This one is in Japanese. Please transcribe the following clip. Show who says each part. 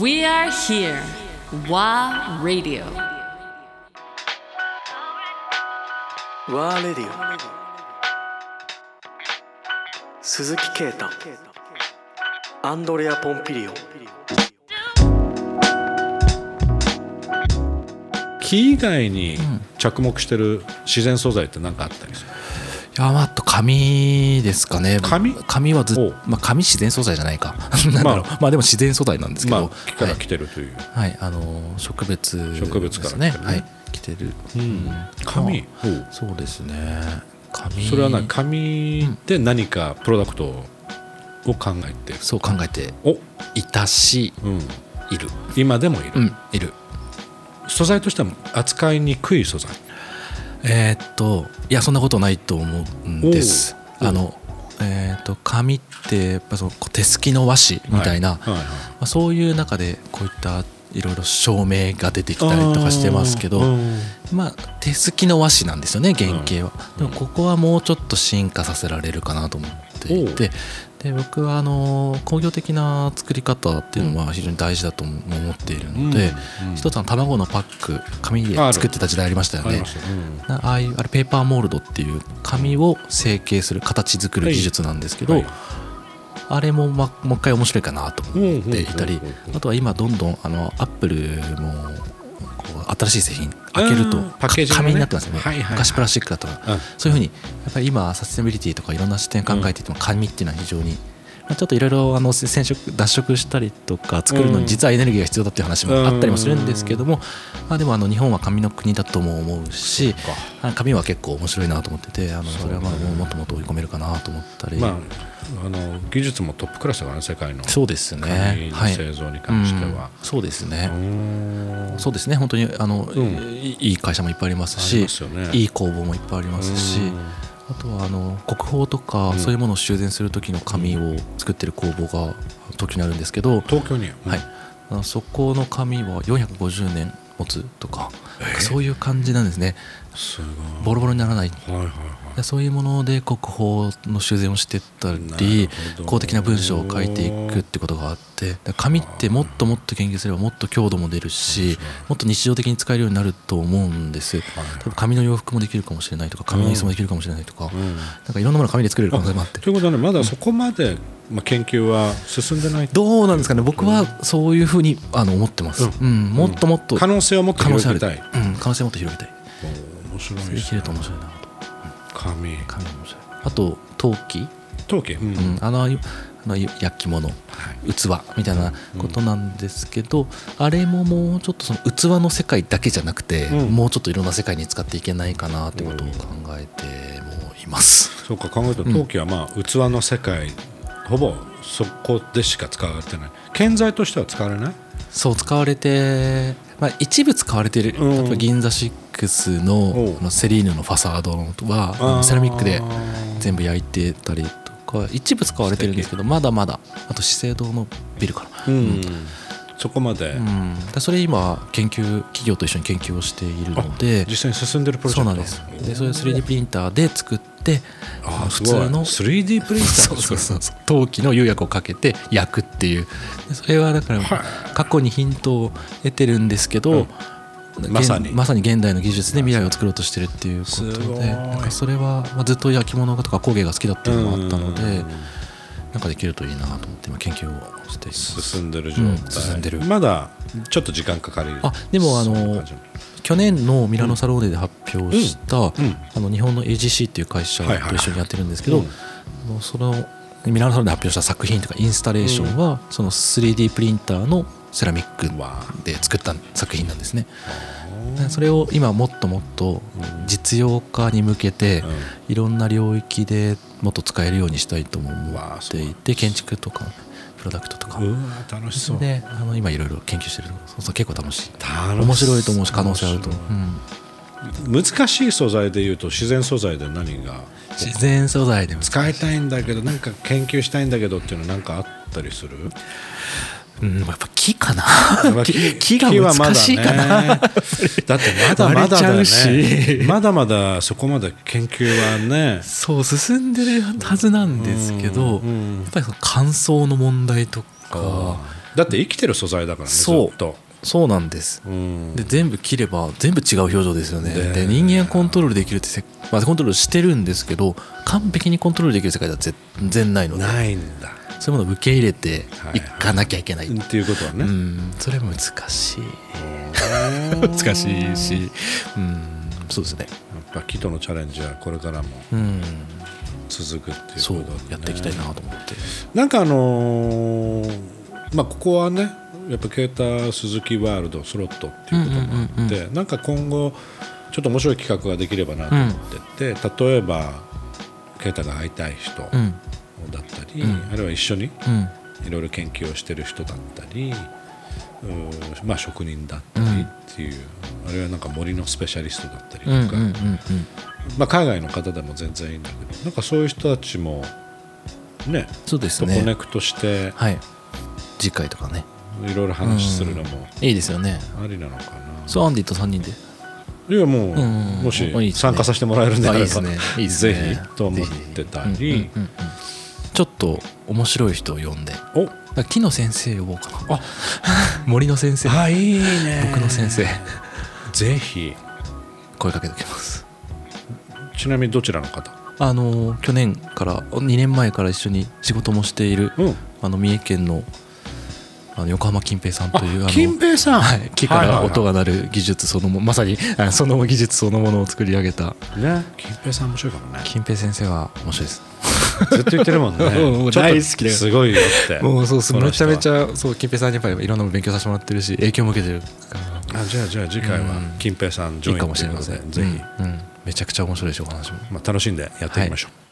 Speaker 1: We are here. WA Radio.
Speaker 2: ワーレディオ鈴木啓太アンドレア・ポンピリオ
Speaker 3: 木以外に着目してる自然素材って何かあったりする、
Speaker 4: いやまああと紙ですかね
Speaker 3: 紙
Speaker 4: 紙はず
Speaker 3: おう
Speaker 4: まあ紙自然素材じゃないか なんだろう、
Speaker 3: ま
Speaker 4: まあ、でも自然素材なんですけ
Speaker 3: ま
Speaker 4: ど、
Speaker 3: あ木から来てるという、
Speaker 4: はい、はいあのー植物
Speaker 3: 植物から来てるね
Speaker 4: ですねはい来てる、
Speaker 3: うん紙
Speaker 4: ま
Speaker 3: おう
Speaker 4: あそうですね紙
Speaker 3: それは何紙で何かプロダクトを考えてる、
Speaker 4: そう考えて
Speaker 3: お
Speaker 4: いたし
Speaker 3: うん、
Speaker 4: いる
Speaker 3: 今でもいる、
Speaker 4: うんいる
Speaker 3: 素材としては扱いにくい素材
Speaker 4: えーっといやそんなことないと思うんです
Speaker 3: おう
Speaker 4: あのえーっと紙ってやっぱそのこう手すきの和紙みたいな、
Speaker 3: はいはいはい
Speaker 4: まあ、そういう中でこういったいろいろ照明が出てきたりとかしてますけど
Speaker 3: あーうん
Speaker 4: まあ手すきの和紙なんですよね原型は、でもここはもうちょっと進化させられるかなと思っていてで僕はあのー工業的な作り方っていうのは非常に大事だと思思っているので、
Speaker 3: うんうん
Speaker 4: 一つの卵のパック紙で作ってた時代ありましたよ
Speaker 3: あり
Speaker 4: ね
Speaker 3: ましたうん
Speaker 4: なああいうあれペーパーモールドっていう紙を成形する形作る技術なんですけど、
Speaker 3: はい
Speaker 4: あれも、ま、もう一回面白いかなと思っていた
Speaker 3: う
Speaker 4: り
Speaker 3: んうんうんうん
Speaker 4: あとは今どんどんあのアップルもこう新しい製品開けると
Speaker 3: うんパッケージがね
Speaker 4: 紙になってますよね、
Speaker 3: はいはいはい
Speaker 4: 昔プラスチックだとか、
Speaker 3: うん
Speaker 4: そういうふうにやっぱり今サステナビリティとかいろんな視点考えていても紙っていうのは非常に。まあちょっといろいろあのせ染色脱色したりとか作るのに実はエネルギーが必要だっていう話もあったりもするんですけども、まあ、でもあの日本は紙の国だとも思うし
Speaker 3: そっか
Speaker 4: あの紙は結構面白いなと思っててあの
Speaker 3: そう
Speaker 4: それはまあもうもっともっと追い込めるかなと思ったり、
Speaker 3: まあ、あの技術もトップクラスだからね世界の
Speaker 4: そうですね
Speaker 3: 紙。の
Speaker 4: はい。
Speaker 3: 製造に関して
Speaker 4: うん
Speaker 3: は、
Speaker 4: そうですね
Speaker 3: う。ん
Speaker 4: そうですね。本当にあの、
Speaker 3: うん
Speaker 4: いいい会社もいっぱいあります
Speaker 3: あり
Speaker 4: し、
Speaker 3: ますよね
Speaker 4: いい工房もいっぱいありますし
Speaker 3: うん、
Speaker 4: あとはあの国宝とか、そういうものを修繕する時の紙を作ってる工房が時にあるんですけど、
Speaker 3: 東京に、うん
Speaker 4: はい。あのそこの紙は450年持つとか、そういう感じなんですね。
Speaker 3: すごい
Speaker 4: ボロボロにならない。
Speaker 3: はいはいはい
Speaker 4: でそういうもので国宝の修繕をしてった
Speaker 3: な
Speaker 4: り
Speaker 3: るほど
Speaker 4: 公的な文章を書いていくってことがあってだから紙ってもっともっと研究すればもっと強度も出るしもっと日常的に使えるようになると思うんです多分紙の洋服もできるかもしれないとか紙の椅子もできるかもしれないとか、なんかいろんなもの紙で作れる可能性もあって
Speaker 3: ということはねまだそこまで、まあ、研究は進んでない
Speaker 4: どうなんですかね僕はそういうふうにあの思ってます、うんもっともっと
Speaker 3: 可能性をもっと
Speaker 4: 可能
Speaker 3: 広
Speaker 4: 性あ
Speaker 3: げ
Speaker 4: る、
Speaker 3: たい
Speaker 4: うん、可能性をもっと広げたい
Speaker 3: 面白い
Speaker 4: できると面白いなと紙
Speaker 3: 紙
Speaker 4: 面白いあと陶器
Speaker 3: 陶器、う
Speaker 4: う
Speaker 3: ん
Speaker 4: んあのあの焼き物、器みたいなことなんですけど、あれももうちょっとその器の世界だけじゃなくて、
Speaker 3: うん
Speaker 4: もうちょっといろんな世界に使っていけないかなってことを考えてもいます、
Speaker 3: そうか考えると陶器はまあ器の世界、ほぼそこでしか使われてない建材としては使われない
Speaker 4: そう使われて、まあ、一部使われてる、
Speaker 3: うん
Speaker 4: 例えば銀座6
Speaker 3: お
Speaker 4: の
Speaker 3: う
Speaker 4: あのセリーヌのファサードはあ
Speaker 3: あー
Speaker 4: のセラミックで全部焼いてたりとか一部使われてるんですけどまだまだあと資生堂のビルかな、
Speaker 3: うん、そこまで、
Speaker 4: うん、だからそれ今研究企業と一緒に研究をしているので
Speaker 3: 実際に進んでるプロジ
Speaker 4: そ
Speaker 3: ェ
Speaker 4: う
Speaker 3: ク
Speaker 4: な
Speaker 3: ト
Speaker 4: んですでそれを 3D プリンターで作って
Speaker 3: あ
Speaker 4: の
Speaker 3: あ
Speaker 4: 普
Speaker 3: す
Speaker 4: 通
Speaker 3: ごい
Speaker 4: の
Speaker 3: 3D プリンタ
Speaker 4: そ
Speaker 3: ー
Speaker 4: う
Speaker 3: です
Speaker 4: そうそうそう陶器の釉薬をかけて焼くっていうでそれはだから過去にヒントを得てるんですけど、現
Speaker 3: まさに
Speaker 4: まさに現代の技術で未来を作ろうとしてるっていうこと
Speaker 3: すごい
Speaker 4: でなんかそれは、まあ、ずっと焼き物とか工芸が好きだっていうのもあったのでなんかできるといいなと思って今研究をしています。
Speaker 3: 進んでる状態、
Speaker 4: うん進んでる
Speaker 3: まだちょっと時間かかり
Speaker 4: あでもあ
Speaker 3: そういう
Speaker 4: の
Speaker 3: 感じ
Speaker 4: 去年のミラノサローネで発表した、
Speaker 3: うん
Speaker 4: あの日本の AGC っていう会社
Speaker 3: はいはいはい
Speaker 4: と一緒にやってるんですけど、あのそのミラノサローネで発表した作品とかインスタレーションは、その 3D プリンターのセラミック
Speaker 3: わ
Speaker 4: で作った作品なんですね。それを今もっともっと実用化に向けて、
Speaker 3: うん
Speaker 4: いろんな領域でもっと使えるようにしたいとも思っていて建築とかプロダクトとか。
Speaker 3: うわ楽しそう
Speaker 4: であの今いろいろ研究してるそうそう結構楽しい
Speaker 3: 楽しそう
Speaker 4: 面白いと思うし可能性あると思う、うん
Speaker 3: 難しい素材でいうと自然素材で何が
Speaker 4: 自然素材でも
Speaker 3: 使いたいんだけどなんか研究したいんだけどっていうのなんかあったりする
Speaker 4: うん、やっぱ木かな
Speaker 3: まあ
Speaker 4: 木木が難しいか
Speaker 3: 木はま
Speaker 4: な、
Speaker 3: だねだってまだまだだよ
Speaker 4: 割れちゃう
Speaker 3: ね
Speaker 4: し
Speaker 3: まだまだそこまで研究はね
Speaker 4: そう進んでるはずなんですけど、やっぱりその乾燥の問題とか
Speaker 3: だって生きてる素材だからねず
Speaker 4: そ
Speaker 3: っ
Speaker 4: う
Speaker 3: と
Speaker 4: そうなんです、
Speaker 3: うん
Speaker 4: で全部切れば全部違う表情ですよね
Speaker 3: ね
Speaker 4: で人間がコントロールできるってせ、まあ、コントロールしてるんですけど完璧にコントロールできる世界では全然ないので
Speaker 3: ないんだ
Speaker 4: そういうものを受け入れて
Speaker 3: はい
Speaker 4: いかなきゃいけない、
Speaker 3: っていうことは
Speaker 4: う
Speaker 3: ね
Speaker 4: んそれは難しい 難しいしうんそうですね
Speaker 3: やっぱキトのチャレンジはこれからも
Speaker 4: うん
Speaker 3: 続くっていう
Speaker 4: そう
Speaker 3: ことだね
Speaker 4: やっていきたいなと思って
Speaker 3: なんかあのーまあここはねやっぱケータ鈴木ワールドスロットっていうこともあって、なんか今後ちょっと面白い企画ができればなと思ってて、例えばケータが会いたい人だ
Speaker 4: うん
Speaker 3: ったり、あるいは一緒に
Speaker 4: うん
Speaker 3: いろいろ研究をしてる人だったり、うーまあ、職人だったりっていう、あるいはなんか森のスペシャリストだったりと
Speaker 4: うんうん
Speaker 3: か、
Speaker 4: うん
Speaker 3: まあ、海外の方でも全然いいんだけどなんかそういう人たちもね
Speaker 4: そうです
Speaker 3: とコネ
Speaker 4: ね
Speaker 3: クトして
Speaker 4: はい次回とかね
Speaker 3: いろいろ話するのも
Speaker 4: いいですよね
Speaker 3: ありなのかな、
Speaker 4: そうアンディと3人で
Speaker 3: いやもう、
Speaker 4: うんい
Speaker 3: も
Speaker 4: いで
Speaker 3: し
Speaker 4: すね
Speaker 3: 参加させてもらえるんであれば
Speaker 4: あいいですねいいですね
Speaker 3: ぜひと思ってたり、
Speaker 4: うんうんちょっと面白い人を呼んでだか
Speaker 3: お
Speaker 4: ら木の先生呼ぼうかな 森の先生
Speaker 3: あいいね
Speaker 4: 僕の先生
Speaker 3: ぜひ
Speaker 4: 声かけておきます
Speaker 3: ちなみにどちらの方
Speaker 4: あの去年から2年前から一緒に仕事もしている、
Speaker 3: うん
Speaker 4: あの三重県のあの横浜金平さんというあの
Speaker 3: 金平さん、
Speaker 4: はい、木か
Speaker 3: はいはい
Speaker 4: ら
Speaker 3: はい
Speaker 4: 音が鳴る技術そのもまさにあその技術そのものを作り上げた
Speaker 3: ね金平さん面白いかもね
Speaker 4: 金平先生は面白いです
Speaker 3: ずっと言ってるもんね
Speaker 4: うんうん
Speaker 3: ちょっと
Speaker 4: 大好きだよ
Speaker 3: すごいよって
Speaker 4: もうそうす
Speaker 3: この
Speaker 4: めち
Speaker 3: 人
Speaker 4: ゃ
Speaker 3: は
Speaker 4: めちゃそう金平さんにやっぱりいろんなもの勉強させてもらってるし影響も受けてるから
Speaker 3: あじゃあじゃあ次回は金平さんジ
Speaker 4: い
Speaker 3: ョ
Speaker 4: い
Speaker 3: イ
Speaker 4: か
Speaker 3: ンとい
Speaker 4: もしれ
Speaker 3: う
Speaker 4: ま
Speaker 3: こと
Speaker 4: せ
Speaker 3: で
Speaker 4: ん
Speaker 3: ぜ
Speaker 4: う
Speaker 3: ひ、
Speaker 4: んうんめちゃくちゃ面白いしお話も
Speaker 3: まあ、楽しんでやっていきましょう、